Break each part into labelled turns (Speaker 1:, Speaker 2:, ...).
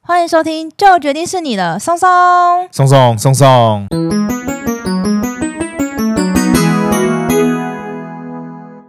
Speaker 1: 欢迎收听《就决定是你了》，松松。
Speaker 2: 松松松松，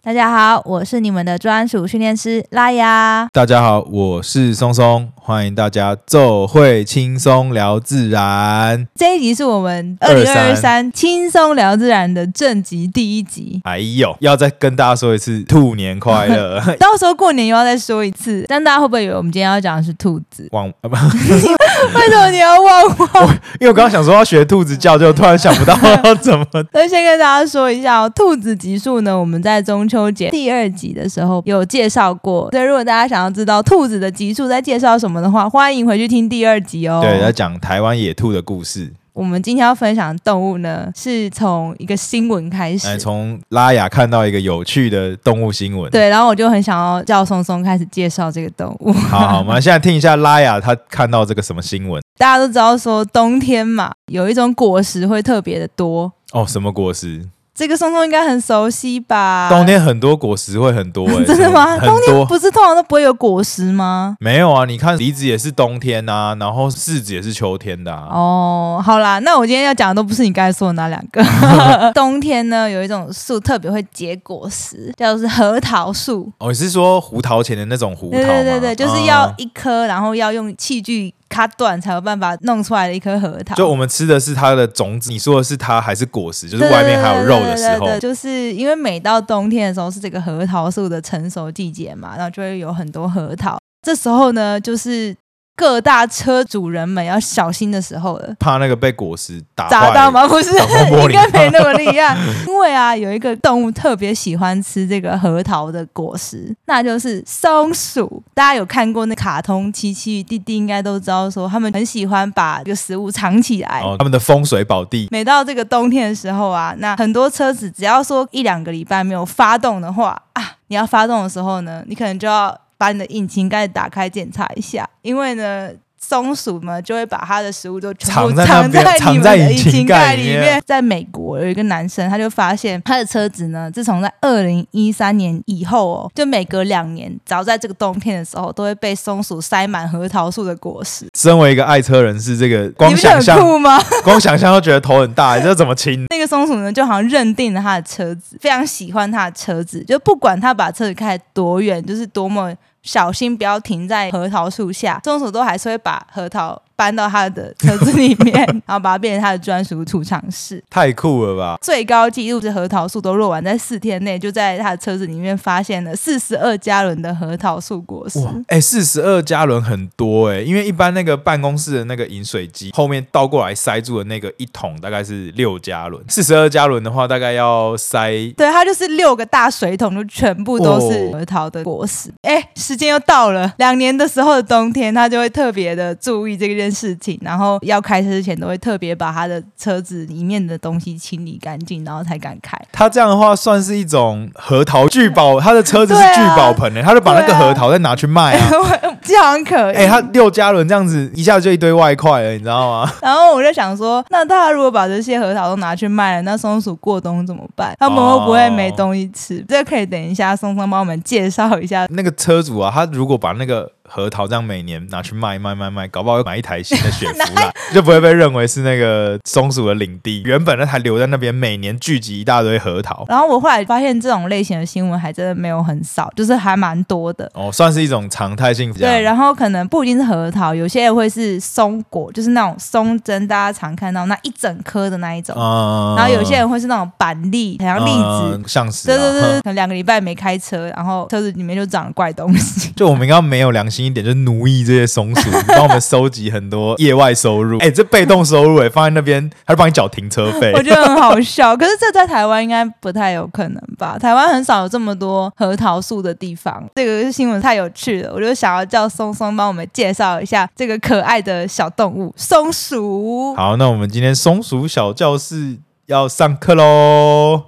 Speaker 1: 大家好，我是你们的专属训练师拉雅。
Speaker 2: 大家好，我是松松，欢迎大家奏会轻松聊自然。
Speaker 1: 这一集是我们二零二三
Speaker 2: 23
Speaker 1: 轻松聊自然的正集第一集。
Speaker 2: 还有，哎要再跟大家说一次，兔年快乐！？
Speaker 1: 到时候过年又要再说一次，但大家会不会以为我们今天要讲的是兔子
Speaker 2: 忘，呃不
Speaker 1: 为什么你要问我？
Speaker 2: 因为我刚刚想说要学兔子叫，就突然想不到要怎么。
Speaker 1: 那先跟大家说一下哦，兔子集数呢，我们在中秋节第二集的时候有介绍过，所以如果大家想要知道兔子的集数在介绍什么的话，欢迎回去听第二集 哦。
Speaker 2: 对，要讲台湾野兔的故事。
Speaker 1: 我们今天要分享的动物呢，是从一个新闻开始。
Speaker 2: 哎，从拉雅看到一个有趣的动物新闻。，
Speaker 1: 对，然后我就很想要叫松松开始介绍这个动物。
Speaker 2: 好好，我们现在听一下拉雅她看到这个什么新闻
Speaker 1: 大家都知道说冬天嘛，有一种果实会特别的多，
Speaker 2: 哦？什么果实？
Speaker 1: 这个松松应该很熟悉吧？
Speaker 2: 冬天很多果实会很多、哎
Speaker 1: 啊 真的吗？
Speaker 2: 很
Speaker 1: 冬天
Speaker 2: 多
Speaker 1: 不是通常都不会有果实吗？
Speaker 2: 没有啊，你看梨子也是冬天呐、然后柿子也是秋天的、啊。
Speaker 1: 哦，好啦，那我今天要讲的都不是你刚才说的那两个。 冬天呢，有一种树特别会结果实，叫做是核桃树。
Speaker 2: 哦，你是说胡桃前的那种胡桃
Speaker 1: 对
Speaker 2: 吗？
Speaker 1: 对对对，就是要
Speaker 2: 嗯
Speaker 1: 一颗，然后要用器具咔断才有办法弄出来的一颗核桃。
Speaker 2: 就我们吃的是它的种子，你说的是它还是果实？就
Speaker 1: 对
Speaker 2: 是外面还有肉的时
Speaker 1: 对对
Speaker 2: 候
Speaker 1: 对，对对就是因为每到冬天的时候是这个核桃树的成熟季节嘛，然后就会有很多核桃。这时候呢，就是各大车主人们要小心的时候了。
Speaker 2: 怕那个被果实打
Speaker 1: 砸
Speaker 2: 坏。
Speaker 1: 到吗？不是，
Speaker 2: 打坏玻
Speaker 1: 应
Speaker 2: 璃
Speaker 1: 该没那么厉 害。因为啊，有一个动物特别喜欢吃这个核桃的果实，那就是松鼠。大家有看过那卡通《奇奇与弟弟》，应该都知道说他们很喜欢把这个食物藏起来。
Speaker 2: 哦，他们的风水宝地
Speaker 1: 每到这个冬天的时候啊，那很多车子只要说一两个礼拜没有发动的话啊，你要发动的时候呢，你可能就要把你的引擎盖打开检查一下，因为呢。松鼠呢就会把它的食物都全部
Speaker 2: 藏在那
Speaker 1: 藏
Speaker 2: 边
Speaker 1: 你们
Speaker 2: 藏在
Speaker 1: 的
Speaker 2: 引
Speaker 1: 擎
Speaker 2: 擎
Speaker 1: 盖
Speaker 2: 盖里面
Speaker 1: 面。在美国有一个男生，他就发现他的车子呢，自从在二零一三年以后哦，就每隔两年，只要在这个冬天的时候，都会被松鼠塞满核桃树的果实。
Speaker 2: 身为一个爱车人士，这个
Speaker 1: 你
Speaker 2: 光
Speaker 1: 不觉
Speaker 2: 想
Speaker 1: 得很
Speaker 2: 象，
Speaker 1: 酷吗？
Speaker 2: 光想象都觉得头很大，这怎么亲？
Speaker 1: 那个松鼠呢，就好像认定了他的车子，非常喜欢他的车子，就不管他把车子开得多远，就是多么小心，不要停在核桃树下，松鼠都还是会把核桃搬到他的车子里面，然后把它变成他的专属储藏室。
Speaker 2: 太酷了吧！
Speaker 1: 最高纪录是核桃树都落完，在四天内就在他的车子里面发现了四十二加仑的核桃树果实。
Speaker 2: 哇，哎、四十二加仑很多哎、因为一般那个办公室的那个饮水机后面倒过来塞住的那个一桶大概是六加仑，四十二加仑的话大概要塞。
Speaker 1: 对，它就是六个大水桶，就全部都是
Speaker 2: 哦
Speaker 1: 核桃的果实。哎、时间又到了，两年的时候的冬天，他就会特别的注意这件事情，然后要开车之前都会特别把他的车子里面的东西清理干净，然后才敢开。
Speaker 2: 他这样的话算是一种核桃聚宝，他的车子是
Speaker 1: 对啊
Speaker 2: 聚宝盆哎、他就把那
Speaker 1: 对
Speaker 2: 个
Speaker 1: 啊
Speaker 2: 核桃再拿去卖 啊。
Speaker 1: 这好像可以。
Speaker 2: 哎、他六加仑这样子一下就一堆外快了，你知道吗？
Speaker 1: 然后我就想说，那他如果把这些核桃都拿去卖了，那松鼠过冬怎么办？他们会不
Speaker 2: 哦
Speaker 1: 会没东西吃？这可以等一下松松帮我们介绍一下
Speaker 2: 那个车主啊，他如果把那个核桃这样每年拿去卖卖卖卖，搞不好买一台新的雪 佛兰， 就不会被认为是那个松鼠的领地。原本那台留在那边，每年聚集一大堆核桃，
Speaker 1: 然后我后来发现这种类型的新闻还真的没有很少，就是还蛮多的。
Speaker 2: 哦，算是一种常态性这样。
Speaker 1: 对，然后可能不一定是核桃，有些也会是松果，就是那种松针，大家常看到那一整颗的那一种。
Speaker 2: 嗯
Speaker 1: 然后有些人会是那种板栗，很像栗子。
Speaker 2: 嗯像是、啊，
Speaker 1: 对对对，
Speaker 2: 哼
Speaker 1: 对可能两个礼拜没开车，然后车子里面就长了怪东 西。
Speaker 2: 就我们刚刚没有良心一点，就奴役这些松 鼠，帮我们收集很多业外收入。哎、这被动收入哎、放在那边，还帮你缴停车费
Speaker 1: 我。觉得很好笑，可是这在台湾应该不太有可能吧？台湾很少有这么多核桃树的地方。这个新闻太有趣了，我就想要叫松松帮我们介绍一下这个可爱的小动物松鼠。
Speaker 2: 好，那我们今天松鼠小教室要上课喽。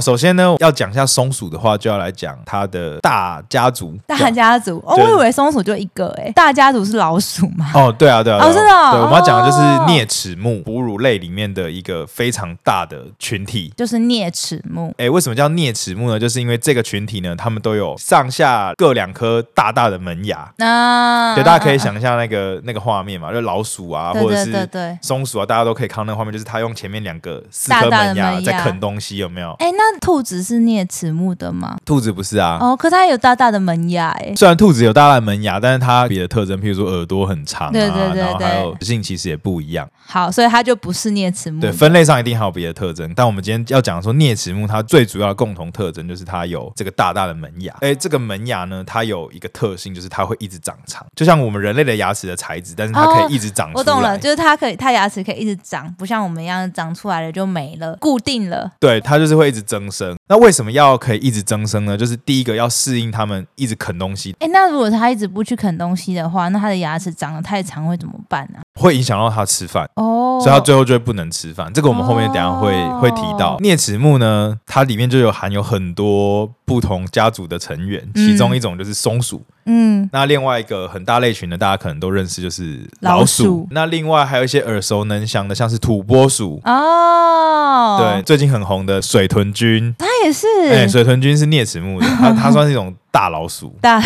Speaker 2: 首先呢，要讲一下松鼠的话，就要来讲它的大家族。
Speaker 1: 大家族哦，
Speaker 2: 对
Speaker 1: 我以为松鼠就一个哎、大家族是老鼠吗？
Speaker 2: 哦，对啊，对啊，对啊
Speaker 1: 哦真的哦
Speaker 2: 对，我们要讲的就是
Speaker 1: 哦
Speaker 2: 啮齿目哺乳类里面的一个非常大的群体。
Speaker 1: 就是啮齿目，
Speaker 2: 哎，为什么叫啮齿目呢？就是因为这个群体呢，它们都有上下各两颗大大的门牙。
Speaker 1: 那、嗯
Speaker 2: 对，大家可以想象那个那个画面嘛，就老鼠啊，
Speaker 1: 啊对
Speaker 2: 或者
Speaker 1: 对对
Speaker 2: 是
Speaker 1: 对。
Speaker 2: 松鼠啊，大家都可以看到那个画面，就是它用前面两个四
Speaker 1: 大
Speaker 2: 颗
Speaker 1: 大的
Speaker 2: 门牙
Speaker 1: 门
Speaker 2: 在
Speaker 1: 牙
Speaker 2: 啃东西，有没有？
Speaker 1: 哎、那兔子是啮齿目的吗？
Speaker 2: 兔子不是啊，
Speaker 1: 哦，可它有大大的门牙哎、
Speaker 2: 虽然兔子有大大的门牙，但是它别的特征，譬如说耳朵很长啊，
Speaker 1: 对对对
Speaker 2: 然后还
Speaker 1: 对
Speaker 2: 有性其实也不一样。
Speaker 1: 好，所以它就不是啮齿目
Speaker 2: 对，
Speaker 1: 的。
Speaker 2: 分类上一定还有别的特征，但我们今天要讲说啮齿目它最主要的共同特征就是它有这个大大的门牙。哎，这个门牙呢，它有一个特性，就是它会一直长长，就像我们人类的牙齿的材质，但是它可
Speaker 1: 哦
Speaker 2: 以一直长出来。
Speaker 1: 我懂了，就是它可以，它牙齿可以一直长，不像我们一样长出来了就没了，固定了。
Speaker 2: 对，它就是会一直增生。那为什么要可以一直增生呢？就是第一个要适应它们一直啃东西，
Speaker 1: 哎、那如果它一直不去啃东西的话，那它的牙齿长得太长会怎么办呢、
Speaker 2: 会影响到它吃饭。
Speaker 1: 哦，
Speaker 2: 所以它最后就会不能吃饭。这个我们后面等一下会、
Speaker 1: 哦
Speaker 2: 会提到。啮齿目呢，它里面就有含有很多不同家族的成员，
Speaker 1: 嗯
Speaker 2: 其中一种就是松鼠。
Speaker 1: 嗯，
Speaker 2: 那另外一个很大类群的，大家可能都认识，就是
Speaker 1: 老
Speaker 2: 鼠。
Speaker 1: 鼠
Speaker 2: 那另外还有一些耳熟能详的，像是土拨鼠。
Speaker 1: 哦，
Speaker 2: 对，，最近很红的水豚菌，
Speaker 1: 它也是。
Speaker 2: 哎、水豚菌是啮齿目的，它它算是一种大老鼠，
Speaker 1: 大，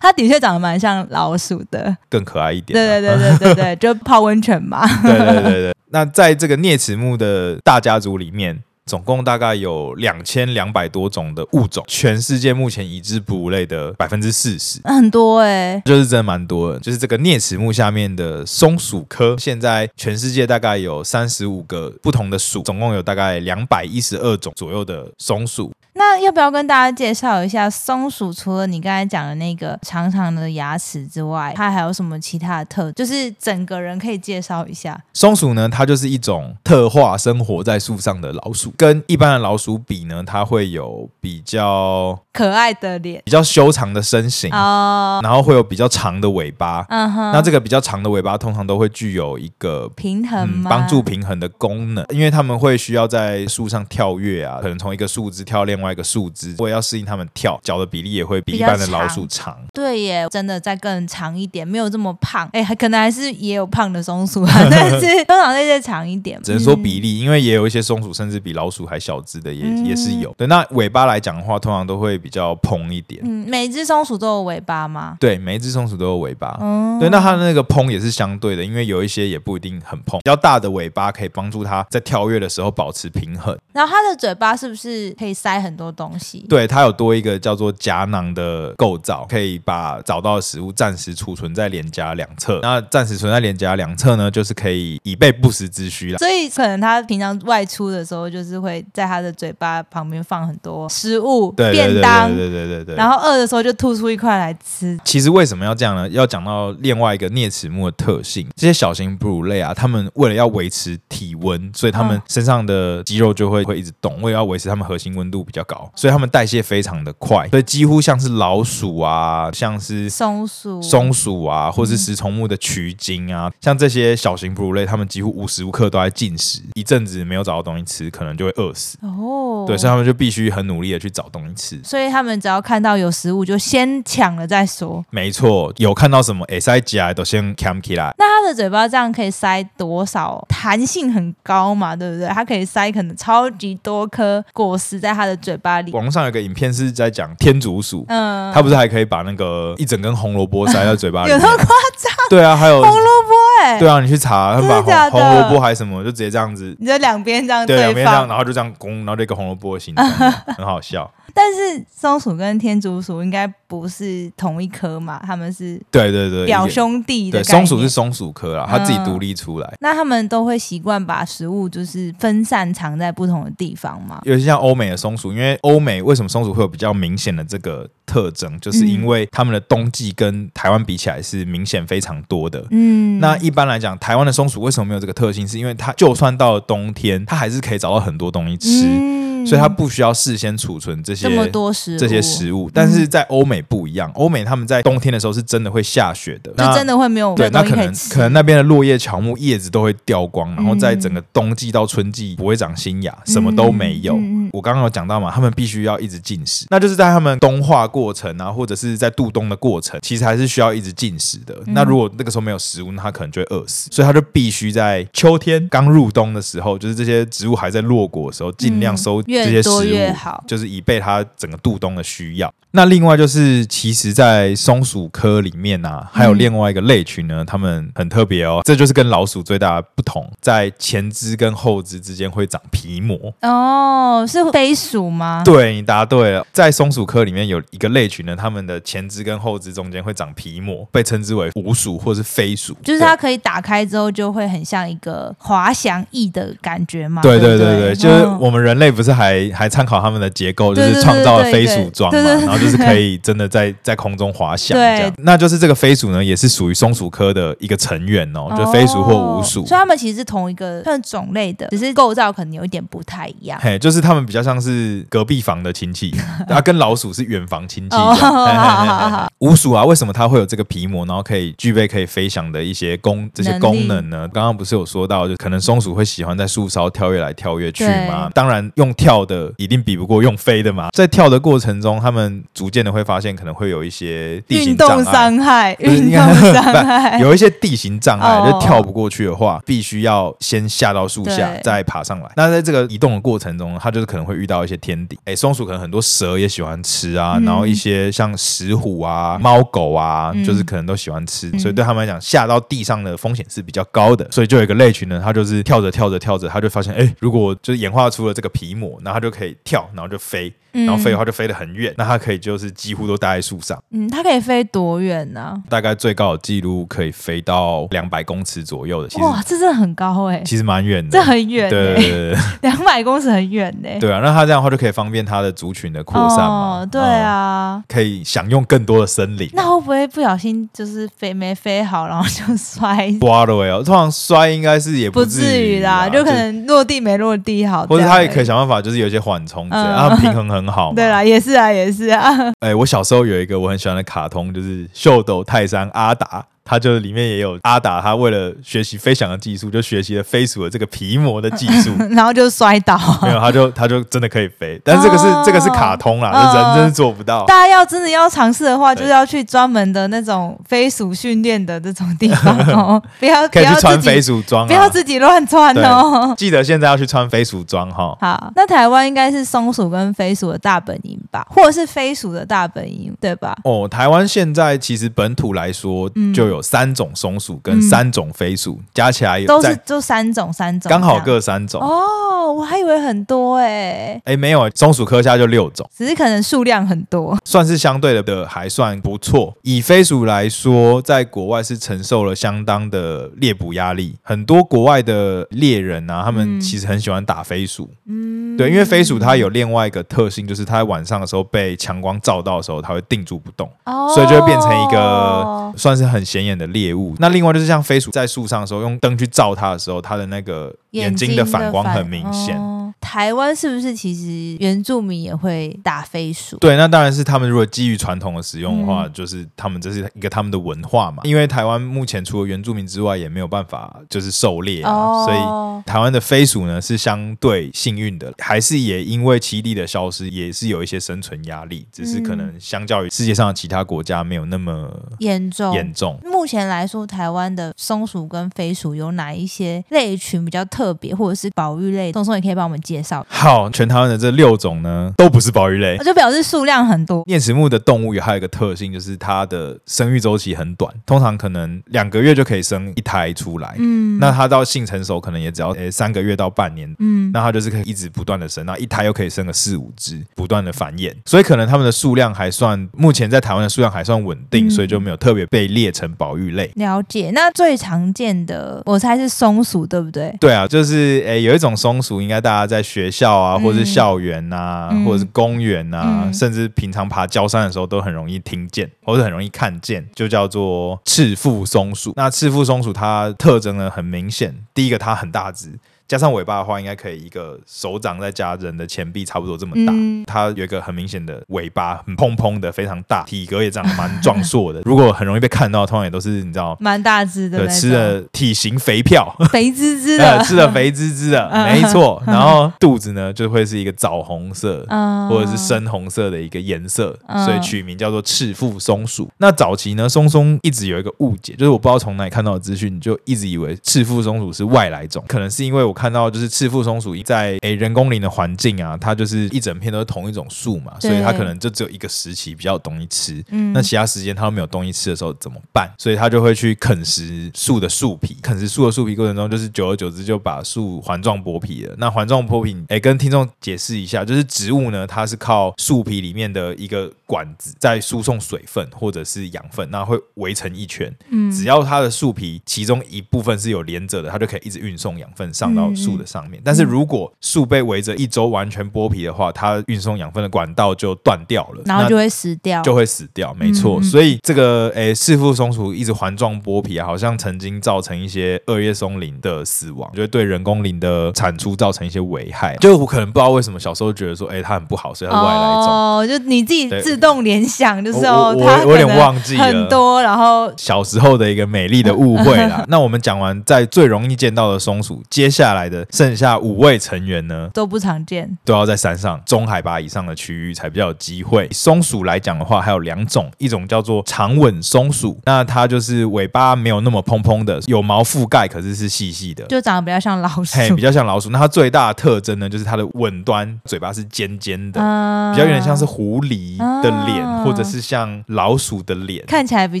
Speaker 1: 它的确长得蛮像老鼠的，
Speaker 2: 更可爱一点
Speaker 1: 对
Speaker 2: 啊、
Speaker 1: 对对对对对，就泡温泉 嘛。
Speaker 2: 对对对对。那在这个啮齿目的大家族里面，总共大概有两千两百多种的物种，全世界目前已知哺乳类的百分之四十。
Speaker 1: 很多哎、
Speaker 2: 就是真的蛮多的，就是这个啮齿目下面的松鼠科，现在全世界大概有三十五个不同的属，总共有大概两百一十二种左右的松鼠。
Speaker 1: 那要不要跟大家介绍一下松鼠？除了你刚才讲的那个长长的牙齿之外，它还有什么其他的特？就是整个人可以介绍一下。
Speaker 2: 松鼠呢，它就是一种特化生活在树上的老鼠，跟一般的老鼠比呢，它会有比较
Speaker 1: 可爱的脸
Speaker 2: 比较修长的身形，
Speaker 1: 哦，
Speaker 2: 然后会有比较长的尾巴。
Speaker 1: 嗯哼，
Speaker 2: 哎那这个比较长的尾巴通常都会具有一个。
Speaker 1: 平衡
Speaker 2: 嗯，
Speaker 1: 吗？
Speaker 2: 帮助平衡的功能，因为他们会需要在树上跳跃啊，可能从一个树枝跳另外一个树枝，我也要适应他们跳，脚的比例也会比
Speaker 1: 比
Speaker 2: 一
Speaker 1: 较
Speaker 2: 般的老鼠长。
Speaker 1: 对耶，真的再更长一点，没有这么胖。哎，还可能还是也有胖的松鼠啊， 但是通常那些长一点。
Speaker 2: 只能说比例，因为也有一些松鼠甚至比老鼠还小只的也、
Speaker 1: 嗯
Speaker 2: 也是有。对，那尾巴来讲的话，通常都会比较蓬一点。
Speaker 1: 嗯，嗯，每只松鼠都有尾巴吗？
Speaker 2: 对，每一只松鼠都有尾巴。
Speaker 1: 嗯，
Speaker 2: 对，那它的那个蓬也是相对的，因为有一些也不一定很蓬，比较大的尾巴可以帮助它在跳跃的时候保持平衡。
Speaker 1: 然后它的嘴巴是不是可以塞很多东西？
Speaker 2: 对，它有多一个叫做颊囊的构造，可以把找到的食物暂时储存在脸颊两侧。那暂时存在脸颊两侧呢，就是可以以备不时之需啦。
Speaker 1: 所以可能它平常外出的时候，就是会在它的嘴巴旁边放很多食物、
Speaker 2: 对对对
Speaker 1: 便
Speaker 2: 对
Speaker 1: 当，
Speaker 2: 对对对对。
Speaker 1: 然后饿的时候就吐出一块来吃。
Speaker 2: 其实为什么要这样呢？要讲到另外一个啮齿目的特性，这些小型哺乳类啊，它们为了要维持体温，所以它们
Speaker 1: 嗯
Speaker 2: 身上的肌肉就会会一直动，为了要维持它们核心温度比较高，所以它们代谢非常的快，所以几乎像是老鼠啊，像是
Speaker 1: 松鼠，
Speaker 2: 松鼠啊，
Speaker 1: 嗯
Speaker 2: 或是食虫目的曲菌啊，像这些小型哺乳类，它们几乎无时无刻都在进食，一阵子没有找到东西吃，可能就会饿死。
Speaker 1: 哦，
Speaker 2: 对，所以它们就必须很努力的去找东西吃。
Speaker 1: 所以他们只要看到有食物就先抢了再说。
Speaker 2: 没错，有看到什么 S I G I 都先 cam 起来。
Speaker 1: 那它的嘴巴这样可以塞多少？弹性很高嘛，对不对？它可以塞可能超级多颗果实在它的嘴巴里。
Speaker 2: 网络上有个影片是在讲天竺鼠，
Speaker 1: 嗯，
Speaker 2: 它不是还可以把那个一整根红萝卜塞在嘴巴 里
Speaker 1: 有
Speaker 2: 面
Speaker 1: 那？么夸张？
Speaker 2: 对啊，还有
Speaker 1: 红萝卜哎、
Speaker 2: 对啊，你去查，他们把
Speaker 1: 真的假
Speaker 2: 红
Speaker 1: 的
Speaker 2: 红萝卜还是什么，就直接这样子。
Speaker 1: 你就两边这样
Speaker 2: 对，两边这样，
Speaker 1: 放。
Speaker 2: 然后就这样拱，然后就一个红萝卜的形状，很好笑。
Speaker 1: 但是松鼠跟天竺鼠应该不是同一颗嘛，他们是
Speaker 2: 对对对，
Speaker 1: 表
Speaker 2: 一点
Speaker 1: 兄弟的
Speaker 2: 对，
Speaker 1: 概
Speaker 2: 松鼠
Speaker 1: 念嗯
Speaker 2: 是松鼠科啦，它自己独立出来。
Speaker 1: 那他们都会习惯把食物就是分散藏在不同的地方嘛？
Speaker 2: 尤其像欧美的松鼠，因为欧美为什么松鼠会有比较明显的这个特征，就是
Speaker 1: 嗯
Speaker 2: 因为它们的冬季跟台湾比起来是明显非常多的。
Speaker 1: 嗯，
Speaker 2: 那一般来讲，台湾的松鼠为什么没有这个特性？是因为它就算到了冬天，它还是可以找到很多东西吃。
Speaker 1: 嗯
Speaker 2: 所以它不需要事先储存这些
Speaker 1: 这么多食物，嗯
Speaker 2: 这些食物。但是在欧美不一样，欧美他们在冬天的时候是真的会下雪的，
Speaker 1: 就
Speaker 2: 那
Speaker 1: 真的会没有
Speaker 2: 对，那
Speaker 1: 东西
Speaker 2: 可
Speaker 1: 可以
Speaker 2: 能
Speaker 1: 吃。
Speaker 2: 可能那边的落叶乔木叶子都会掉光，然后在
Speaker 1: 嗯
Speaker 2: 整个冬季到春季不会长新芽，什么都没有。
Speaker 1: 嗯嗯嗯
Speaker 2: 我刚刚有讲到嘛，他们必须要一直进食，那就是在他们冬化过程啊，或者是在度冬的过程，其实还是需要一直进食的。
Speaker 1: 嗯
Speaker 2: 那如果那个时候没有食物，那他可能就会饿死，所以他就必须在秋天刚入冬的时候，就是这些植物还在落果的时候，尽量收
Speaker 1: 嗯
Speaker 2: 这些
Speaker 1: 越
Speaker 2: 食
Speaker 1: 多
Speaker 2: 物，
Speaker 1: 越好
Speaker 2: 就是以备它整个度冬的需要。那另外就是，其实，在松鼠科里面啊，还有另外一个类群呢，它们很特别哦，这就是跟老鼠最大的不同，在前肢跟后肢之间会长皮膜。
Speaker 1: 哦，是飞鼠吗？
Speaker 2: 对你答对了，在松鼠科里面有一个类群呢，它们的前肢跟后肢中间会长皮膜，被称之为无鼠或是飞鼠，
Speaker 1: 就是它可以打开之后，就会很像一个滑翔翼的感觉嘛。
Speaker 2: 对。对
Speaker 1: 对
Speaker 2: 对
Speaker 1: 不
Speaker 2: 对，就是
Speaker 1: 嗯
Speaker 2: 我们人类不是还 还参考他们的结构，就
Speaker 1: 对
Speaker 2: 是
Speaker 1: 对
Speaker 2: 创造了
Speaker 1: 对
Speaker 2: 飞
Speaker 1: 对
Speaker 2: 鼠
Speaker 1: 对
Speaker 2: 装嘛，
Speaker 1: 对对对
Speaker 2: 然后就是可以真的在在空中滑翔
Speaker 1: 对
Speaker 2: 这样。那就是这个飞鼠呢，也是属于松鼠科的一个成员哦，就飞鼠或鼯鼠
Speaker 1: 哦所以。它们其实是同一个算种类的，只是构造可能有一点不太一样。
Speaker 2: 嘿，就是他们比较像是隔壁房的 亲戚，啊，跟老鼠是远房亲戚
Speaker 1: 哦，
Speaker 2: 这样。嘿嘿
Speaker 1: 好
Speaker 2: 嘿
Speaker 1: 好
Speaker 2: 嘿
Speaker 1: 好，
Speaker 2: 鼯鼠啊，为什么它会有这个皮膜，然后可以具备可以飞翔的一些功这些
Speaker 1: 能力
Speaker 2: 功能呢？刚刚不是有说到，就可能松鼠会喜欢在树梢跳跃来跳跃去
Speaker 1: 对
Speaker 2: 嘛。当然，用跳的一定比不过用飞的嘛。在跳的过程中，它们逐渐的会发现可能会有一些地
Speaker 1: 运
Speaker 2: 形障
Speaker 1: 动
Speaker 2: 碍。啊
Speaker 1: 伤害，
Speaker 2: 不是
Speaker 1: 运
Speaker 2: 应该
Speaker 1: 动伤
Speaker 2: 不是
Speaker 1: 害，
Speaker 2: 有一些地形障碍，
Speaker 1: 哎哦
Speaker 2: 就跳不过去的话，必须要先下到树下
Speaker 1: 对，
Speaker 2: 再爬上来。那在这个移动的过程中，它就是可能会遇到一些天敌。哎，松鼠可能很多蛇也喜欢吃啊，
Speaker 1: 嗯
Speaker 2: 然后一些像石虎啊、猫狗啊，
Speaker 1: 嗯
Speaker 2: 就是可能都喜欢吃，
Speaker 1: 嗯
Speaker 2: 所以对他们来讲，下到地上的风险是比较高的。所以就有一个类群呢，它就是跳着跳着跳着，它就发现，哎，如果就是演化出了这个皮膜，然后它就可以跳，然后就飞，然后飞的话就飞得很远，那它可以就是几乎都待在树上。
Speaker 1: 嗯，它可以飞多远呢、
Speaker 2: 大概最高的记录可以飞到两百公尺左右的，其实
Speaker 1: 哇，这真的很高哎、
Speaker 2: 其实蛮远的
Speaker 1: 这。很远、
Speaker 2: 对
Speaker 1: 欸，
Speaker 2: 对对对
Speaker 1: 两百公尺很远呢、
Speaker 2: 对对啊！那它这样的话就可以方便它的族群的扩散嘛。
Speaker 1: 哦，对
Speaker 2: 嗯，
Speaker 1: 啊。
Speaker 2: 可以享用更多的森林。
Speaker 1: 那会不会不小心就是飞没飞好，然后就摔？
Speaker 2: 哇了哦，通常摔应该是也
Speaker 1: 不
Speaker 2: 至
Speaker 1: 至于
Speaker 2: 啦，
Speaker 1: 啦，就可能落地没落地好，
Speaker 2: 或
Speaker 1: 这
Speaker 2: 者
Speaker 1: 样
Speaker 2: 它
Speaker 1: 而
Speaker 2: 也
Speaker 1: 已
Speaker 2: 可以。想办法，就是有一些缓冲之类，
Speaker 1: 嗯
Speaker 2: 然后平衡很好嘛。
Speaker 1: 对啦，也是啊，也是啊。
Speaker 2: 哎、我小时候有一个我很喜欢的卡通，就是《秀斗泰山阿达》，它就是里面也有阿达，他为了学习飞翔的技术，就学习了飞鼠的这个皮膜的技术。
Speaker 1: 然后就摔倒。 啊
Speaker 2: 没有，他就他就真的可以飞，但是这个 是、
Speaker 1: 哦
Speaker 2: 这个是卡通啦，
Speaker 1: 嗯
Speaker 2: 人真是做不到。
Speaker 1: 大家要真的要尝试的话，
Speaker 2: 对
Speaker 1: 就是要去专门的那种飞鼠训练的这种地方 哦，不要不
Speaker 2: 可以
Speaker 1: 要
Speaker 2: 去穿
Speaker 1: 自
Speaker 2: 飞
Speaker 1: 己
Speaker 2: 鼠装、啊，
Speaker 1: 不要自己乱穿哦。
Speaker 2: 记得现在要去穿飞鼠装哈。
Speaker 1: 好，那台湾应该是松鼠跟飞鼠的大本营吧，或者是飞鼠的大本营，对吧？
Speaker 2: 哦，台湾现在其实本土来说，就有三种松鼠跟
Speaker 1: 嗯
Speaker 2: 三种飞鼠，加起来有
Speaker 1: 都是
Speaker 2: 在
Speaker 1: 就三种三种这样，
Speaker 2: 刚好各三种。
Speaker 1: 哦，我还以为很多哎、
Speaker 2: 哎、没有，松鼠科下就六种，
Speaker 1: 只是可能数量很多。
Speaker 2: 算是相对的的还算不错。以飞鼠来说，在国外是承受了相当的猎捕压力，很多国外的猎人啊，他们
Speaker 1: 嗯
Speaker 2: 其实很喜欢打飞鼠，
Speaker 1: 嗯，
Speaker 2: 对，因为飞鼠它有另外一个特性，就是它在晚上的时候被强光照到的时候，它会定住不动，
Speaker 1: 哦，
Speaker 2: 所以就会变成一个算是很显眼的猎物。那另外就是像飞鼠在树上的时候，用灯去照它的时候，它的那个眼睛的反光很明显。
Speaker 1: 哦台湾是不是其实原住民也会打飞鼠？
Speaker 2: 对，那当然是他们如果基于传统的使用的话，
Speaker 1: 嗯
Speaker 2: 就是他们这是一个他们的文化嘛。因为台湾目前除了原住民之外，也没有办法就是狩猎啊，所以
Speaker 1: 哦，
Speaker 2: 台湾的飞鼠呢是相对幸运的，还是也因为栖地的消失，也是有一些生存压力，只是
Speaker 1: 嗯
Speaker 2: 可能相较于世界上的其他国家没有那么
Speaker 1: 严重。
Speaker 2: 严重。
Speaker 1: 目前来说，台湾的松鼠跟飞鼠有哪一些类群比较特别，或者是保育类？松松也可以帮我们介绍，哦
Speaker 2: 好，全台湾的这六种呢都不是保育类。
Speaker 1: 就表示数量很多。
Speaker 2: 啮齿目的动物也还有一个特性，就是它的生育周期很短，通常可能两个月就可以生一胎出来。
Speaker 1: 嗯，
Speaker 2: 那它到性成熟可能也只要呃三个月到半年
Speaker 1: 嗯
Speaker 2: 那它就是可以一直不断的生，那一胎又可以生个四五只，不断的繁衍，所以可能它们的数量还算，目前在台湾的数量还算稳定，
Speaker 1: 嗯
Speaker 2: 所以就没有特别被列成保育类。
Speaker 1: 了解。那最常见的，我猜是松鼠，对不对？
Speaker 2: 对啊，就是诶，有一种松鼠，应该大家在学校啊，
Speaker 1: 嗯
Speaker 2: 或是校园呐、
Speaker 1: 嗯
Speaker 2: 或者是公园呐、
Speaker 1: 嗯
Speaker 2: 甚至平常爬郊山的时候都很容易听见，或者很容易看见，就叫做赤腹松鼠。那赤腹松鼠它特征呢很明显，第一个它很大只，加上尾巴的话，应该可以一个手掌再加人的前臂差不多这么大。
Speaker 1: 嗯
Speaker 2: 它有一个很明显的尾巴，很蓬蓬的，非常大，体格也长得蛮壮硕的。如果很容易被看到，通常也都是你 知道，
Speaker 1: 蛮大只的那
Speaker 2: 对，
Speaker 1: 种，
Speaker 2: 吃的体型肥票，
Speaker 1: 肥滋滋
Speaker 2: 呃，
Speaker 1: 的，
Speaker 2: 吃的 肥滋滋的，
Speaker 1: 嗯
Speaker 2: 没错。然后肚子呢就会是一个枣红色，
Speaker 1: 嗯，
Speaker 2: 或者是深红色的一个颜色，
Speaker 1: 嗯
Speaker 2: 所以取名叫做赤腹松鼠。那早期呢，松松一直有一个误解，就是我不知道从哪里看到的资讯，就一直以为赤腹松鼠是外来种，可能是因为我看到就是赤腹松鼠在诶人工林的环境啊，它就是一整片都是同一种树嘛，
Speaker 1: 对
Speaker 2: 所以它可能就只有一个时期比较容易吃。
Speaker 1: 嗯，
Speaker 2: 那其他时间它都没有东西吃的时候怎么办？所以它就会去啃食树的树皮，啃食树的树皮过程中，就是久而久之就把树环状剥皮了。那环状剥皮，哎、跟听众解释一下，就是植物呢，它是靠树皮里面的一个管子在输送水分或者是养分，那会围成一圈。
Speaker 1: 嗯
Speaker 2: 只要它的树皮其中一部分是有连着的，它就可以一直运送养分上到树的
Speaker 1: 嗯
Speaker 2: 上面。但是如果树被围着一周完全剥皮的话，它运送养分的管道就断掉了，
Speaker 1: 然后
Speaker 2: 那
Speaker 1: 就会死掉，
Speaker 2: 就会死掉，没错。
Speaker 1: 嗯嗯
Speaker 2: 所以这个诶，四腹松鼠一直环状剥皮啊，好像曾经造成一些二叶松林的死亡，就会对人工林的产出造成一些危害。就我可能不知道为什么小时候觉得说，诶，它很不好，所以它是外来种。
Speaker 1: 哦，就你自己
Speaker 2: 对
Speaker 1: 自动联想，就是
Speaker 2: 我
Speaker 1: 哦，
Speaker 2: 我
Speaker 1: 它
Speaker 2: 我有点
Speaker 1: 可能
Speaker 2: 忘记了
Speaker 1: 很多，然后
Speaker 2: 小时候的一个美丽的误会 啦。那我们讲完在最容易见到的松鼠，接下来的剩下五位成员呢，
Speaker 1: 都不常见，
Speaker 2: 都要在山上中海拔以上的区域才比较有机会。松鼠来讲的话，还有两种，一种叫做长吻松鼠，那它就是尾巴没有那么蓬蓬的，有毛覆盖，可是是细 细的。
Speaker 1: 就长得比较像老鼠，
Speaker 2: 嘿，比较像老鼠。那它最大的特征呢，就是它的吻端嘴巴是尖尖的，
Speaker 1: 嗯
Speaker 2: 比较有点像是狐狸的脸，
Speaker 1: 啊
Speaker 2: 或者是像老鼠的脸，
Speaker 1: 看起来比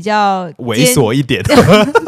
Speaker 1: 较
Speaker 2: 猥琐一点。
Speaker 1: 尖，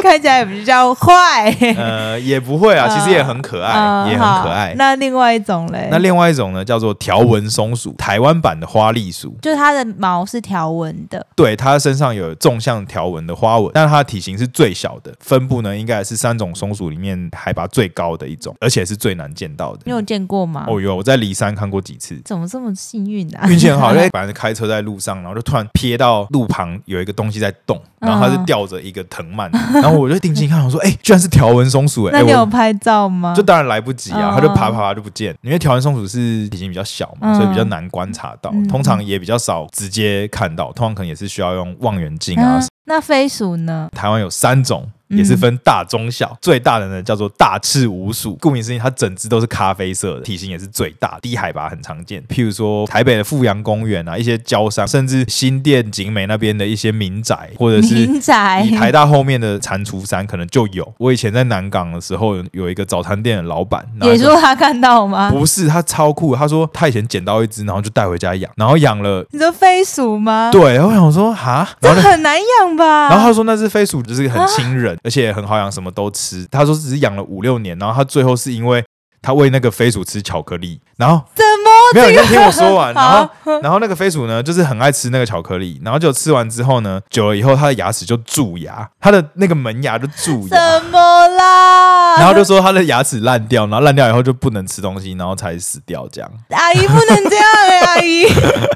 Speaker 1: 看起来比较 坏，
Speaker 2: 呃，也不会啊，其实也很可 爱，
Speaker 1: 嗯
Speaker 2: 也很可爱
Speaker 1: 好。那另外一种嘞，
Speaker 2: 那另外一种呢，叫做条纹松鼠，台湾版的花栗鼠。
Speaker 1: 就是它的毛是条纹的，
Speaker 2: 对，它身上有纵向条纹的花纹，但它的体型是最小的，分布呢应该是三种松鼠里面海拔最高的一种，而且是最难见到
Speaker 1: 你
Speaker 2: 的。
Speaker 1: 有见过吗？
Speaker 2: 哦哟，我在骊山看过几 次。
Speaker 1: 怎么这么幸运啊？
Speaker 2: 运气很好，因为反正开车在路上，然后就突然瞥到路旁有一个东西在动，然后它是吊着一个藤 蔓，然后我就定睛看，我说：“哎、居然是条纹松鼠、哎，
Speaker 1: 那
Speaker 2: 哎
Speaker 1: 你有
Speaker 2: 我
Speaker 1: 拍照吗？
Speaker 2: 就当然来不及啊，
Speaker 1: 嗯
Speaker 2: 它就爬爬爬就不见，因为条纹松鼠是体型比较小嘛，
Speaker 1: 嗯
Speaker 2: 所以比较难观察到，
Speaker 1: 嗯
Speaker 2: 通常也比较少直接看到，通常可能也是需要用望远镜啊
Speaker 1: 嗯那飞鼠呢？
Speaker 2: 台湾有三种，
Speaker 1: 嗯
Speaker 2: 也是分大、中、小。最大的呢叫做大赤鼯鼠，顾名思义，它整只都是咖啡色的，体型也是最大，低海拔很常见。譬如说台北的富阳公园啊，一些郊山，甚至新店景美那边的一些民宅，或者是。
Speaker 1: 民宅
Speaker 2: 以台大后面的蟾蜍山可能就有。我以前在南港的时候，有有一个早餐店的老板，然后
Speaker 1: 也
Speaker 2: 就
Speaker 1: 说他看到吗？
Speaker 2: 不是他超酷，他说他以前捡到一只，然后就带回家养，然后养了，
Speaker 1: 你说飞鼠吗？
Speaker 2: 对，然后我想说哈，
Speaker 1: 这
Speaker 2: 然后呢
Speaker 1: 很难养吧？
Speaker 2: 然后他说那只飞鼠就是很亲
Speaker 1: 啊
Speaker 2: 人，而且很好养，什么都吃。他说只是养了五六年，然后他最后是因为他喂那个飞鼠吃巧克力，然后
Speaker 1: 怎么
Speaker 2: 没有你先听我说完，然后
Speaker 1: 哦好
Speaker 2: 然后那个飞鼠呢就是很爱吃那个巧克力，然后就吃完之后呢，久了以后它的牙齿就蛀牙，它的那个门牙就 蛀牙。
Speaker 1: 怎么啦？
Speaker 2: 然后就说它的牙齿烂掉，然后烂掉以后就不能吃东西，然后才死掉这样。
Speaker 1: 阿姨不能这样哎、阿 姨，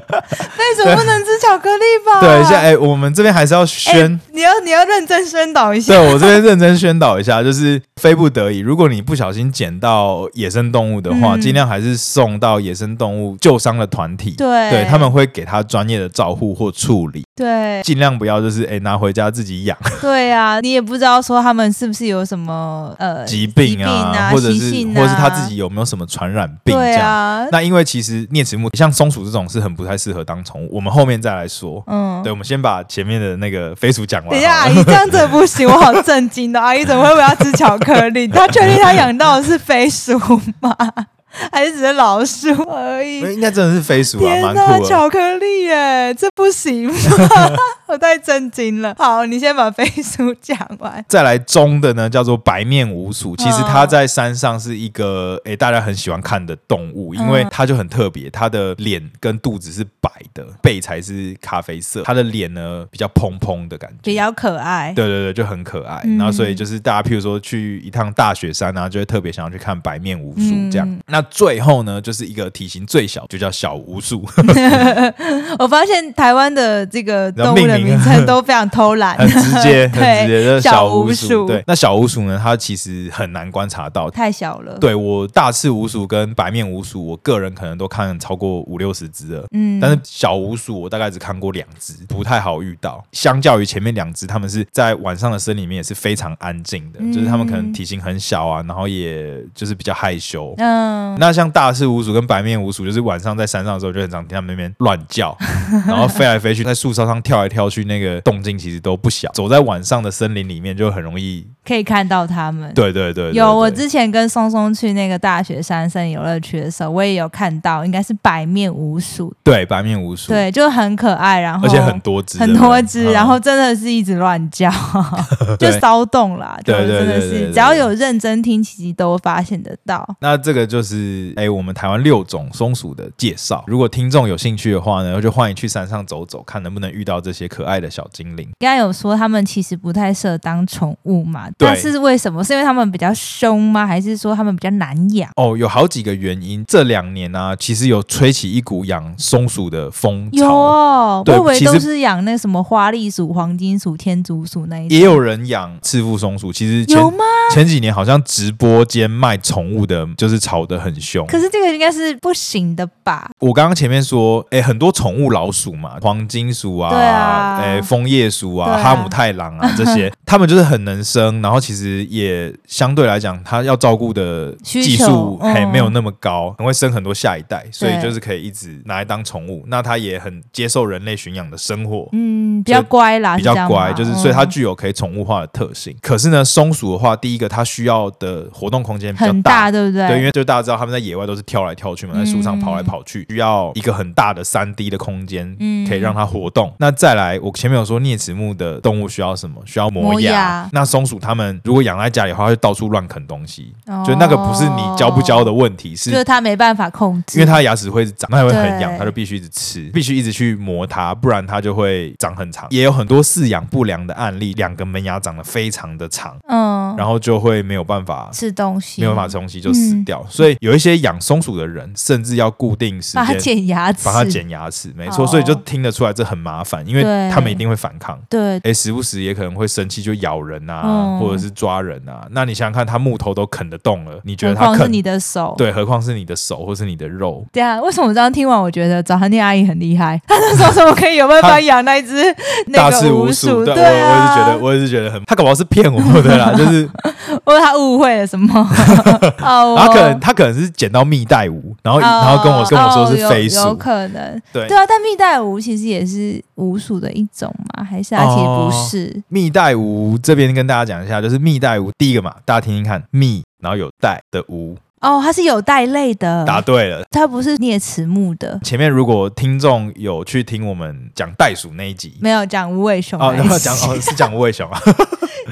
Speaker 1: 飞鼠不能吃巧克力吧？
Speaker 2: 对，现在、哎我们这边还是要宣、
Speaker 1: 啊哎你要你要认真宣导一下。
Speaker 2: 对我这边认真宣导一下，就是非不得已，如果你不小心捡到野生动物的话，
Speaker 1: 嗯
Speaker 2: 尽量还是送到野生动物救伤的团体，
Speaker 1: 对
Speaker 2: 他们会给他专业的照护或处理，
Speaker 1: 对
Speaker 2: 尽量不要就是哎、拿回家自己养
Speaker 1: 对啊，你也不知道说他们是不是有什么呃
Speaker 2: 疾病啊，
Speaker 1: 啊，
Speaker 2: 或者
Speaker 1: 习
Speaker 2: 是、
Speaker 1: 性啊
Speaker 2: 或者是他自己有没有什么传染病这
Speaker 1: 对
Speaker 2: 样。
Speaker 1: 啊，
Speaker 2: 那因为其实啮齿目像松鼠这种是很不太适合当宠物，我们后面再来说。
Speaker 1: 嗯
Speaker 2: 对，。我们先把前面的那个飞鼠讲完好
Speaker 1: 等
Speaker 2: 了。
Speaker 1: 一下，阿姨这样子不行，我好震惊哦 的。阿姨怎么会我要吃巧克力？她确定她养到的是飞鼠吗？ 还是只是老鼠而已？
Speaker 2: 应该真的是飞鼠啊，
Speaker 1: 天
Speaker 2: 蛮
Speaker 1: 呐，
Speaker 2: 酷的。
Speaker 1: 巧克力耶，这不行吧？ 我太震惊了。好，你先把飞鼠讲完。
Speaker 2: 再来中的呢，叫做白面鼯鼠。其实
Speaker 1: 嗯
Speaker 2: 它在山上是一个诶、大家很喜欢看的动物，
Speaker 1: 嗯
Speaker 2: 因为它就很特别，它的脸跟肚子是白的，背才是咖啡色，它的脸呢比较蓬蓬的感
Speaker 1: 比
Speaker 2: 觉。
Speaker 1: 较可爱，
Speaker 2: 对对对，就很可爱。
Speaker 1: 嗯
Speaker 2: 然后所以就是大家，譬如说去一趟大雪山啊，就会特别想要去看白面鼯鼠这样。
Speaker 1: 嗯
Speaker 2: 那最后呢，就是一个 体型最小，就叫小鼯鼠。
Speaker 1: 我发现台湾的这个
Speaker 2: 然后
Speaker 1: 动物
Speaker 2: 命
Speaker 1: 的名称都非常偷懒，
Speaker 2: 很直接，很直
Speaker 1: 对，
Speaker 2: 接，就是
Speaker 1: 小
Speaker 2: 乌
Speaker 1: 乌鼠
Speaker 2: 对，那小乌鼠呢，它其实很难观察到。
Speaker 1: 太小了。，
Speaker 2: 对我大赤乌鼠跟白面乌鼠，我个人可能都看超过五六十只了。
Speaker 1: 嗯，
Speaker 2: 但是小乌鼠我大概只看过两只，不太好遇到。相较于前面两只，它们是在晚上的森林里面也是非常安静的，
Speaker 1: 嗯
Speaker 2: 就是它们可能体型很小啊，然后也就是比较害羞。
Speaker 1: 嗯，
Speaker 2: 那像大赤鼯鼠跟白面鼯鼠，就是晚上在山上的时候就很常听它们那边乱 叫，然后飞来飞去，在树梢上跳来跳去，那个动静其实都不小。走在晚上的森林里面就很容易，
Speaker 1: 可以看到他们。
Speaker 2: 对对对对
Speaker 1: 有，我
Speaker 2: 对
Speaker 1: 之前跟松松去那个大雪山森林游乐区的时候，我也有看到，应该是白面鼯鼠，
Speaker 2: 对白面鼯鼠，
Speaker 1: 对，就很可爱，然后
Speaker 2: 而且很多只，
Speaker 1: 哦很
Speaker 2: 对不对
Speaker 1: 多只，
Speaker 2: 嗯
Speaker 1: 然后真的是一直乱 叫，就
Speaker 2: 对
Speaker 1: 骚动啦，就
Speaker 2: 对对
Speaker 1: 真的
Speaker 2: 对对
Speaker 1: 是
Speaker 2: 对
Speaker 1: 只要有认真听，其实都发现得到。
Speaker 2: 那这个就是哎、我们台湾六种松鼠的介绍。如果听众有兴趣的话呢，就欢迎去山上走走，看能不能遇到这些可爱的小精灵。
Speaker 1: 刚刚有说他们其实不太适合当宠物嘛，
Speaker 2: 对
Speaker 1: 但是为什么？是因为他们比较凶吗？还是说他们比较难养？
Speaker 2: 哦，有好几个原因。这两年呢、其实有吹起一股养松鼠的风
Speaker 1: 有
Speaker 2: 潮，
Speaker 1: 哦，我
Speaker 2: 对
Speaker 1: 以为
Speaker 2: 其实
Speaker 1: 都是养那什么花栗鼠、黄金鼠、天竺鼠那一种，
Speaker 2: 也有人养赤腹松鼠。其实前
Speaker 1: 有吗？
Speaker 2: 前几年好像直播间卖宠物的，就是炒得很凶。
Speaker 1: 可是这个应该是不行的吧？
Speaker 2: 我刚刚前面说，哎，很多宠物老鼠嘛，黄金鼠啊，
Speaker 1: 对啊
Speaker 2: 哎，枫叶鼠啊，
Speaker 1: 对啊
Speaker 2: 哈姆太郎啊，这 些，它们就是很能生，然后其实也相对来讲，它要照顾的
Speaker 1: 需
Speaker 2: 技
Speaker 1: 求
Speaker 2: 术嘿
Speaker 1: 嗯
Speaker 2: 没有那么高，很会生很多下一代，所以
Speaker 1: 对
Speaker 2: 就是可以一直拿来当宠物。那它也很接受人类驯养的生活。
Speaker 1: 嗯，比较乖啦，
Speaker 2: 比
Speaker 1: 是这
Speaker 2: 较
Speaker 1: 样
Speaker 2: 乖，
Speaker 1: 吗
Speaker 2: 就是所以它
Speaker 1: 嗯
Speaker 2: 具有可以宠物化的特性。可是呢，松鼠的话，第一个它需要的活动空间比较
Speaker 1: 很
Speaker 2: 大
Speaker 1: 大，对不对？
Speaker 2: 对，因为就大家知道他们在野外都是跳来跳去嘛，在树上跑来跑去，需要一个很大的三 D 的空间，
Speaker 1: 嗯
Speaker 2: 可以让它活动。那再来，我前面有说啮齿目的动物需要什么？需要磨
Speaker 1: 磨
Speaker 2: 牙
Speaker 1: 牙。
Speaker 2: 那松鼠它们如果养在家里的话，它就到处乱啃东西，
Speaker 1: 哦
Speaker 2: 就那个不是你教不教的问题，
Speaker 1: 就是是它没办法控制，
Speaker 2: 因为它的牙齿会长，它会很痒，
Speaker 1: 对
Speaker 2: 它就必须一直吃，必须一直去磨它，不然它就会长很长。也有很多饲养不良的案例，两个门牙长得非常的长，
Speaker 1: 嗯，
Speaker 2: 然后就会没有办法
Speaker 1: 吃东西
Speaker 2: 没有办法
Speaker 1: 法
Speaker 2: 吃东西就死掉。
Speaker 1: 嗯
Speaker 2: 所以有一些养松鼠的人，甚至要固定时
Speaker 1: 把它
Speaker 2: 间
Speaker 1: 剪牙齿，
Speaker 2: 帮它，剪牙齿，没错。
Speaker 1: 哦
Speaker 2: 所以就听得出来这很麻烦，因为
Speaker 1: 对
Speaker 2: 他们一定会反抗。
Speaker 1: 对，
Speaker 2: 哎，时不时也可能会生气，就咬人啊，
Speaker 1: 嗯
Speaker 2: 或者是抓人啊。那你想想看，它木头都啃得动了，你觉得
Speaker 1: 何
Speaker 2: 它
Speaker 1: 况是
Speaker 2: 啃？
Speaker 1: 你的手，
Speaker 2: 对，何况是你的手或是你的肉？
Speaker 1: 对啊，为什么我这样听完，我觉得早餐店阿姨很厉害？她那时候怎么可以有办法养那一只那
Speaker 2: 大
Speaker 1: 个
Speaker 2: 赤
Speaker 1: 鼯
Speaker 2: 鼯鼠，
Speaker 1: 对
Speaker 2: 我我也是
Speaker 1: 啊，
Speaker 2: 觉得，我也是觉得很，他搞不好是骗我的啦，就是
Speaker 1: 我以为她误会了什么？ 哦，
Speaker 2: 他
Speaker 1: 我
Speaker 2: 可能他可能是捡到蜜袋鼯，然后
Speaker 1: 哦
Speaker 2: 然后跟我跟我说是
Speaker 1: 哦
Speaker 2: 飞
Speaker 1: 有有
Speaker 2: 鼠，
Speaker 1: 可能。
Speaker 2: 对
Speaker 1: 对啊，但蜜袋鼯其实也是鼯鼠的一种嘛，还是它其实不是？
Speaker 2: 蜜袋鼯这边跟大家讲一下，就是蜜袋鼯第一个嘛，大家听听看，蜜，然后有袋的鼯，
Speaker 1: 哦，它是有袋类的，
Speaker 2: 答对了。
Speaker 1: 它不是啮齿目的，
Speaker 2: 前面如果听众有去听我们讲袋鼠那一集。
Speaker 1: 没有讲无尾熊
Speaker 2: 哦，
Speaker 1: 来袭。
Speaker 2: 然后讲哦是讲无 尾熊啊，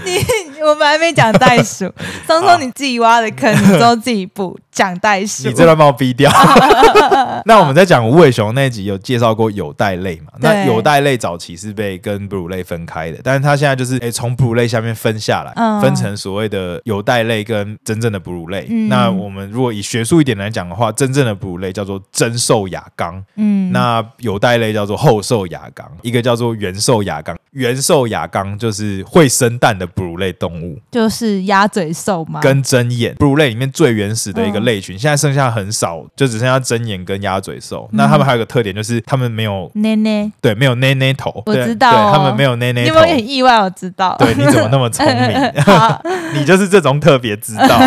Speaker 1: 你 我们还没讲袋鼠，松
Speaker 2: 好
Speaker 1: 松你自己挖的坑，你之后自己补讲袋鼠。
Speaker 2: 你这段把我 逼掉。那我们在讲无尾熊那一集有介绍过有袋类嘛？
Speaker 1: 对
Speaker 2: 那有袋类早期是被跟哺乳类分开的，但是它现在就是诶从哺乳类下面分下来，
Speaker 1: 嗯
Speaker 2: 分成所谓的有袋类跟真正的哺乳类。
Speaker 1: 嗯
Speaker 2: 那我们如果以学术一点来讲的话，真正的哺乳类叫做真兽亚纲，
Speaker 1: 嗯，
Speaker 2: 那有袋类叫做后兽亚纲，一个叫做原兽亚纲。原兽亚纲就是会生蛋的哺乳类动物，
Speaker 1: 就是鸭嘴兽嘛，
Speaker 2: 跟针眼，哺乳类里面最原始的一个
Speaker 1: 啊嗯
Speaker 2: 类群，现在剩下很少，就只剩下针眼跟鸭嘴兽。
Speaker 1: 嗯
Speaker 2: 那它们还有个特点就是它们没有
Speaker 1: 奶奶。
Speaker 2: 对没有奶奶头，
Speaker 1: 我
Speaker 2: 对
Speaker 1: 知道
Speaker 2: 对
Speaker 1: 哦
Speaker 2: 它们没有奶奶
Speaker 1: 你有
Speaker 2: 头
Speaker 1: 没。有很意外？我知道。
Speaker 2: 对，你怎么那么聪明？
Speaker 1: 好，
Speaker 2: 你就是这种特别知 道，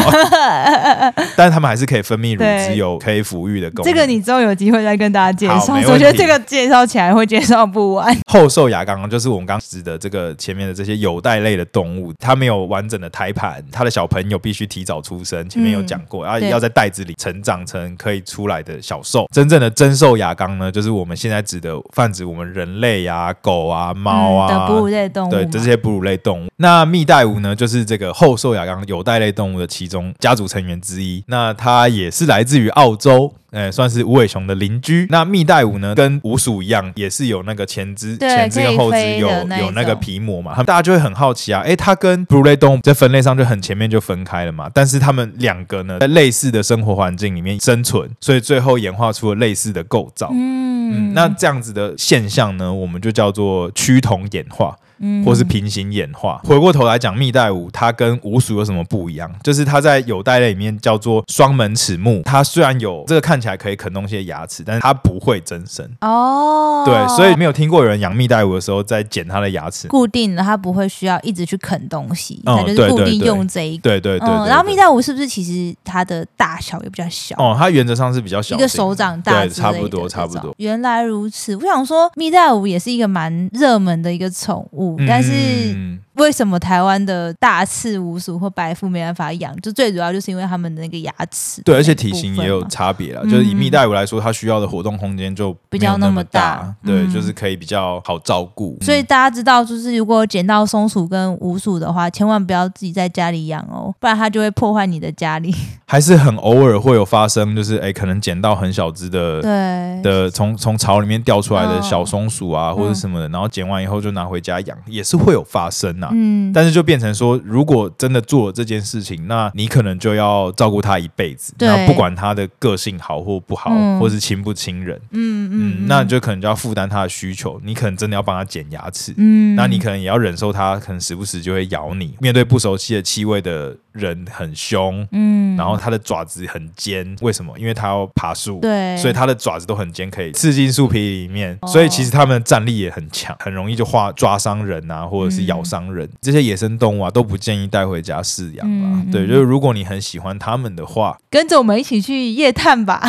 Speaker 2: 但是它们还是可以分泌乳汁，
Speaker 1: 对
Speaker 2: 有可以抚育的功能。
Speaker 1: 这个你之后有机会再跟大家介
Speaker 2: 好
Speaker 1: 绍。
Speaker 2: 没
Speaker 1: 我觉得
Speaker 2: 问题
Speaker 1: 这个介绍起来会介绍不完。
Speaker 2: 后兽亚纲就是我们刚指的这个前面的这些有袋类的动物，它没有完整的胎盘，它的小朋友必须提早出生，前面有讲过，然后
Speaker 1: 对
Speaker 2: 要在袋子里成长成可以出来的小兽。真正的真兽亚纲呢，就是我们现在指的泛指我们人类啊、狗啊、猫
Speaker 1: 嗯
Speaker 2: 啊。
Speaker 1: 的哺乳类动物嘛，
Speaker 2: 对这些哺乳类动物，那蜜袋鼯呢，就是这个后兽亚纲有袋类动物的其中家族成员之一。那它也是来自于澳洲，呃，算是无尾熊的邻居。那蜜袋鼯呢，跟鼯鼠一样，也是有那个前肢、
Speaker 1: 对
Speaker 2: 前肢跟后
Speaker 1: 可
Speaker 2: 肢
Speaker 1: 以飞
Speaker 2: 有
Speaker 1: 的那一
Speaker 2: 有那个
Speaker 1: 种
Speaker 2: 皮膜嘛，他们大家就会很好奇啊，诶，它跟哺乳类动物在分类上就很前面就分开了嘛，但是它们两个呢，在类似的生活环境里面生存，所以最后演化出了类似的构造。
Speaker 1: 嗯，
Speaker 2: 嗯，那这样子的现象呢，我们就叫做趋同演化，
Speaker 1: 嗯
Speaker 2: 或是平行演化。回过头来讲，蜜袋鼯它跟鼯鼠有什么不一样？就是它在有袋类里面叫做双门齿目，它虽然有这个看起来可以啃东西的牙齿，但是它不会增生。
Speaker 1: 哦，
Speaker 2: 对，所以没有听过有人养蜜袋鼯的时候在剪它的牙齿。
Speaker 1: 固定了，它不会需要一直去啃东西，
Speaker 2: 嗯
Speaker 1: 它就
Speaker 2: 对
Speaker 1: 是固
Speaker 2: 对
Speaker 1: 定
Speaker 2: 对
Speaker 1: 用这一个。
Speaker 2: 对对对
Speaker 1: 嗯，
Speaker 2: 对
Speaker 1: 然后
Speaker 2: 对
Speaker 1: 蜜袋鼯是不是其实它的大小也比较小？
Speaker 2: 哦，它原则上是比较小
Speaker 1: 一
Speaker 2: 型的，
Speaker 1: 个手掌大
Speaker 2: 对
Speaker 1: 之类的这
Speaker 2: 差
Speaker 1: 种，
Speaker 2: 不多差不多
Speaker 1: 原来如此，我想说，蜜袋鼯也是一个蛮热门的一个宠物，但是
Speaker 2: 嗯
Speaker 1: 为什么台湾的大赤鼯鼠或白腹没办法养？就最主要就是因为它们的那个牙齿，
Speaker 2: 对，而且体型也有差别啦。
Speaker 1: 嗯
Speaker 2: 就是以蜜袋鼯来说，它需要的活动空间就
Speaker 1: 比
Speaker 2: 没有
Speaker 1: 较那
Speaker 2: 那
Speaker 1: 么
Speaker 2: 大
Speaker 1: 大，
Speaker 2: 对，
Speaker 1: 嗯
Speaker 2: 就是可以比较好照顾。
Speaker 1: 所以
Speaker 2: 嗯
Speaker 1: 大家知道，就是如果捡到松鼠跟鼯鼠的话，千万不要自己在家里养哦，不然它就会破坏你的家 里。
Speaker 2: 还是很偶尔会有发生，就是哎，可能捡到很小只的。
Speaker 1: 对，
Speaker 2: 的从从巢里面掉出来的
Speaker 1: 嗯
Speaker 2: 小松鼠啊，或者
Speaker 1: 嗯
Speaker 2: 什么的，然后捡完以后就拿回家养，也是会有发生啊。
Speaker 1: 嗯，
Speaker 2: 但是就变成说，如果真的做了这件事情，那你可能就要照顾他一辈子，
Speaker 1: 对
Speaker 2: 那不管他的个性好或不好，
Speaker 1: 嗯
Speaker 2: 或是亲不亲人，
Speaker 1: 嗯
Speaker 2: 嗯，
Speaker 1: 嗯，
Speaker 2: 那你就可能就要负担他的需求，你可能真的要帮他剪牙齿，
Speaker 1: 嗯，
Speaker 2: 那你可能也要忍受他可能时不时就会咬你。面对不熟悉的气味的人很凶，
Speaker 1: 嗯，
Speaker 2: 然后他的爪子很尖，为什么？因为他要爬树。
Speaker 1: 对，哦
Speaker 2: 所以它的爪子都很尖，可以刺进树皮里面，所以其实它们的战力也很强，很容易就划抓伤人啊，或者是
Speaker 1: 嗯
Speaker 2: 咬伤人。这些野生动物啊，都不建议带回家饲养啦。
Speaker 1: 嗯
Speaker 2: 对，就是如果你很喜欢它们的话，
Speaker 1: 跟着我们一起去夜探吧。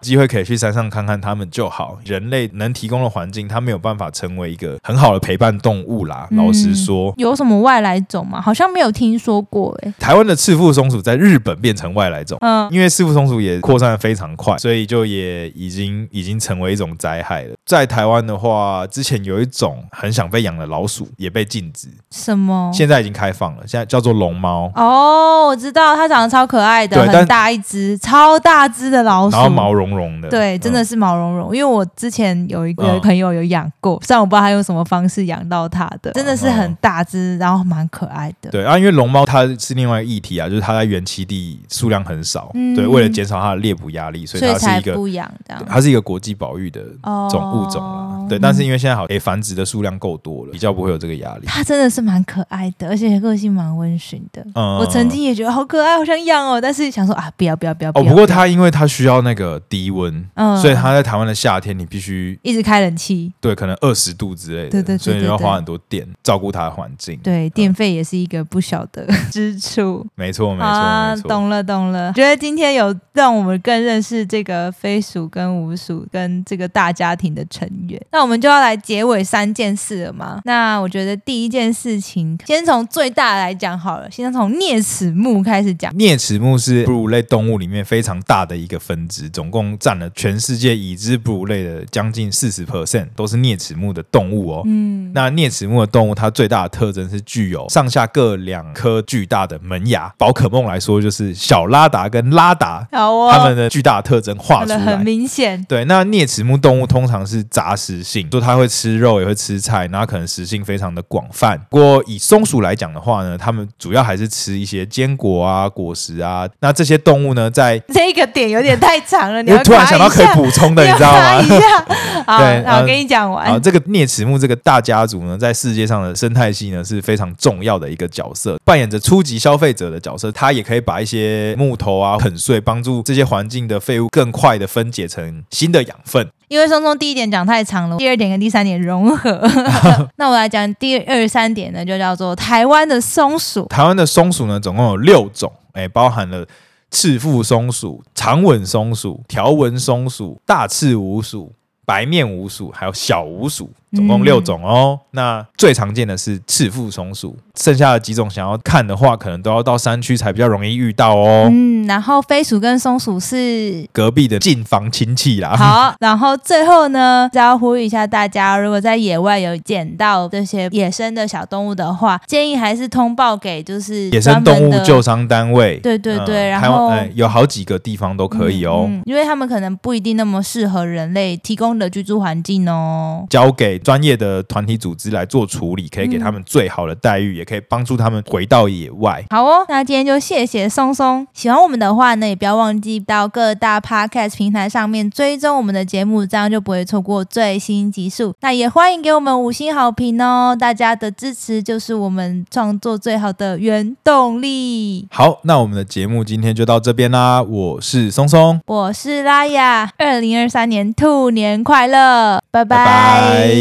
Speaker 2: 机会可以去山上看看它们就好。人类能提供的环境，它没有办法成为一个很好的陪伴动物啦。
Speaker 1: 嗯
Speaker 2: 老实说。
Speaker 1: 有什么外来种吗？好像没有听说过哎、
Speaker 2: 台湾的赤腹松鼠在日本变成外来种，
Speaker 1: 嗯，
Speaker 2: 因为赤腹松鼠也扩散的非常快，所以就也已经已经成为一种灾害了。在台湾的话，之前有一种很想被养的老鼠也被禁止，
Speaker 1: 什么？
Speaker 2: 现在已经开放了，现在叫做龙猫，
Speaker 1: 哦，我知道，它长得超可爱的，
Speaker 2: 对但
Speaker 1: 很大一只，超大只的老鼠，
Speaker 2: 然后毛茸茸的，
Speaker 1: 对，真的
Speaker 2: 嗯。
Speaker 1: 是毛茸茸。因为我之前有一个
Speaker 2: 嗯
Speaker 1: 朋友有养过，虽然我不知道他用什么方式养到它的，真的是很
Speaker 2: 嗯
Speaker 1: 大只，然后蛮可爱的。
Speaker 2: 对啊，因为龙猫它是另外一个议题啊，就是它在原栖地数量很少，
Speaker 1: 嗯
Speaker 2: 对，为了减少它的猎捕压力，所以
Speaker 1: 所以
Speaker 2: 它是
Speaker 1: 才
Speaker 2: 一个
Speaker 1: 不养这样。
Speaker 2: 它是一个国际保育的
Speaker 1: 哦，
Speaker 2: 种物种啦。对，但是因为现在好，诶、繁殖的数量够多了，比较不会有这个压力。
Speaker 1: 它真的是蛮可爱的，而且个性蛮温驯的。
Speaker 2: 嗯，
Speaker 1: 我曾经也觉得好可爱，好想养哦，但是想说啊，不要不要不要。
Speaker 2: 哦，
Speaker 1: 要
Speaker 2: 不过它因为它需要那个低温，
Speaker 1: 嗯
Speaker 2: 所以它在台湾的夏天，你必须
Speaker 1: 一直开冷气，
Speaker 2: 对可能二十度之类的，
Speaker 1: 对对对
Speaker 2: 所以你要
Speaker 1: 对对
Speaker 2: 花很多电照顾它的环境。，
Speaker 1: 对，电费也是一个不小的 支出。
Speaker 2: 没错，没
Speaker 1: 好
Speaker 2: 错，
Speaker 1: 啊，
Speaker 2: 没错。
Speaker 1: 懂了懂了。觉得今天有让我们更认识这个飞鼠跟鼯鼠跟这个大家庭的成员。那我们就要来结尾三件事了嘛？那我觉得第一件事情，先从最大来讲好了，先从啮齿目开始讲。
Speaker 2: 啮齿目是哺乳类动物里面非常大的一个分支，总共占了全世界已知哺乳类的将近四十 percent，都是啮齿目的动物哦。
Speaker 1: 嗯，
Speaker 2: 那啮齿目的动物，它最大的特征是具有上下各两颗巨大的门牙。宝可梦来说，就是小拉达跟拉达，
Speaker 1: 好哦，
Speaker 2: 它们的巨大的特征画
Speaker 1: 讲
Speaker 2: 出
Speaker 1: 得
Speaker 2: 来
Speaker 1: 很。明显。
Speaker 2: 对，那啮齿目动物通常是杂食性，就它会吃肉，也会吃菜，然后可能食性非常的广泛。不过以松鼠来讲的话呢，它们主要还是吃一些坚果啊、果实啊。那这些动物呢，在
Speaker 1: 这个点有点太长 了，你
Speaker 2: 我
Speaker 1: 要
Speaker 2: 突然
Speaker 1: 卡
Speaker 2: 想
Speaker 1: 一
Speaker 2: 到可以
Speaker 1: 下
Speaker 2: 补充的，你知道
Speaker 1: 要卡
Speaker 2: 吗
Speaker 1: 一？下，好，
Speaker 2: 对
Speaker 1: 那
Speaker 2: 嗯
Speaker 1: 我跟你讲完
Speaker 2: 啊，。这个啮齿目这个大家族呢，在世界上的生态系呢是非常重要的一个角色，扮演着初级消费者的角色。它也可以把一些木头啊啃碎，帮助这些环境的废物更快的分解成新的养分。
Speaker 1: 因为松松第一点讲太长了，第二点跟第三点融 合。那我来讲第二三点呢，就叫做台湾的松鼠。
Speaker 2: 台湾的松鼠呢，总共有六种，哎、包含了赤腹松鼠、长吻松鼠、条纹松鼠、大赤鼯鼠、白面鼯鼠，还有小鼯鼠，总共
Speaker 1: 嗯
Speaker 2: 六种哦。那最常见的是赤腹松鼠，剩下的几种想要看的话，可能都要到山区才比较容易遇到哦。
Speaker 1: 嗯，然后飞鼠跟松鼠是。
Speaker 2: 隔壁的近房亲戚 啦，
Speaker 1: 好，然后最后呢，再要呼吁一下大家，如果在野外有捡到这些野生的小动物的话，建议还是通报给就是
Speaker 2: 野生动
Speaker 1: 专门
Speaker 2: 物
Speaker 1: 的
Speaker 2: 救伤单位。
Speaker 1: 对对对，
Speaker 2: 嗯
Speaker 1: 然
Speaker 2: 台
Speaker 1: 后、嗯
Speaker 2: 湾、哎有好几个地方都可以哦。
Speaker 1: 嗯嗯因为他们可能不一定那么适合人类提供的居住环境哦。
Speaker 2: 交给给专业的团体组织来做处理，可以给他们最好的待遇，也可以帮助他们回到野外。
Speaker 1: 好哦，那今天就谢谢松松。喜欢我们的话呢，也不要忘记到各大 podcast 平台上面追踪我们的节目，这样就不会错过最新集数。那也欢迎给我们五星好评哦，大家的支持就是我们创作最好的原动力。
Speaker 2: 好，那我们的节目今天就到这边啦。我是松松，
Speaker 1: 我是拉雅，二零二三年兔年快乐，拜
Speaker 2: 拜
Speaker 1: 拜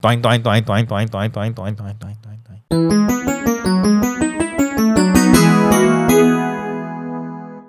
Speaker 2: 短短短短短短短短短短。